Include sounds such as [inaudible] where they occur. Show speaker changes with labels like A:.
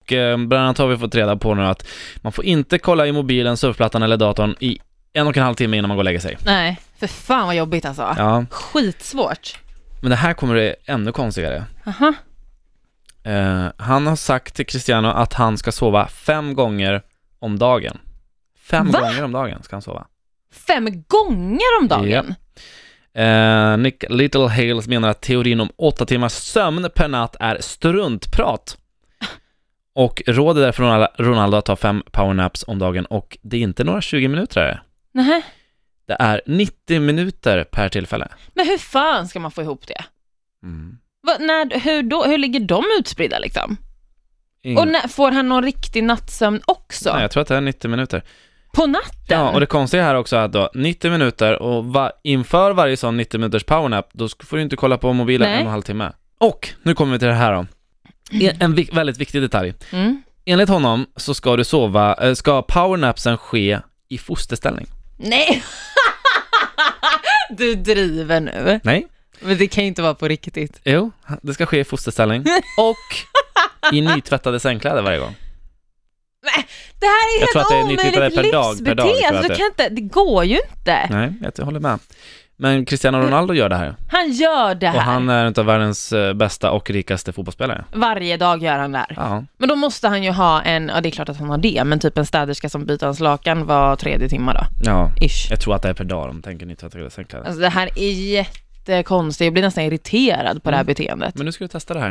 A: och eh, bland annat har vi fått reda på nu att man får inte kolla i mobilen, surfplattan eller datorn i en och en halv timme innan man går och lägger sig.
B: Nej, för fan vad jobbigt alltså.
A: Ja,
B: Skitsvårt.
A: men det här kommer det ännu konstigare.
B: Aha.
A: Eh, han har sagt till Cristiano att han ska sova fem gånger om dagen. Fem
B: Va?
A: gånger om dagen ska han sova.
B: Fem gånger om dagen?
A: Eh, Nick Little Hales menar att teorin om åtta timmars sömn per natt är struntprat. Och råder därför Ronal- Ronaldo att ta fem powernaps om dagen och det är inte några 20 minuter. här.
B: Nähä.
A: Det är 90 minuter per tillfälle.
B: Men hur fan ska man få ihop det? Va, när, hur, då, hur ligger de utspridda liksom?
A: Ingen-
B: Och när, får han någon riktig nattsömn också?
A: Nej, jag tror att det är 90 minuter.
B: På natten?
A: Ja, och det konstiga här också är att då, 90 minuter och va- inför varje sån 90 minuters powernap, då sk- får du inte kolla på mobilen
B: Nej.
A: en och en halv timme. Och, nu kommer vi till det här då. En, en vik- väldigt viktig detalj.
B: mm.
A: Enligt honom så ska du sova, eh, ska powernapsen ske i fosterställning.
B: Nej! [laughs] du driver nu.
A: Nej.
B: Men det kan ju inte vara på riktigt.
A: Jo, det ska ske i
B: [laughs]
A: fosterställning. Och i nytvättade sängkläder varje gång.
B: Det här är
A: Jag tror att det är
B: helt
A: nyttiga
B: omöjligt
A: per dag, per dag, tror jag
B: livsbeteende.
A: att
B: Du
A: det är.
B: kan inte, det går ju inte.
A: Nej, jag håller med. Men Cristiano Ronaldo gör det här.
B: Han gör det här.
A: Och han är en av världens eh, bästa och rikaste fotbollsspelare.
B: Varje dag gör han det här.
A: Ja.
B: Men då måste han ju ha en, ja det är klart att han har det, men typ en städerska som byter hans lakan var tredje timme då.
A: ja.
B: Ish.
A: Jag tror att det är per dag de tänker nytvättade sängkläder.
B: Alltså det här är jättekonstigt, jag blir nästan irriterad på det här beteendet.
A: Men nu ska du testa det här.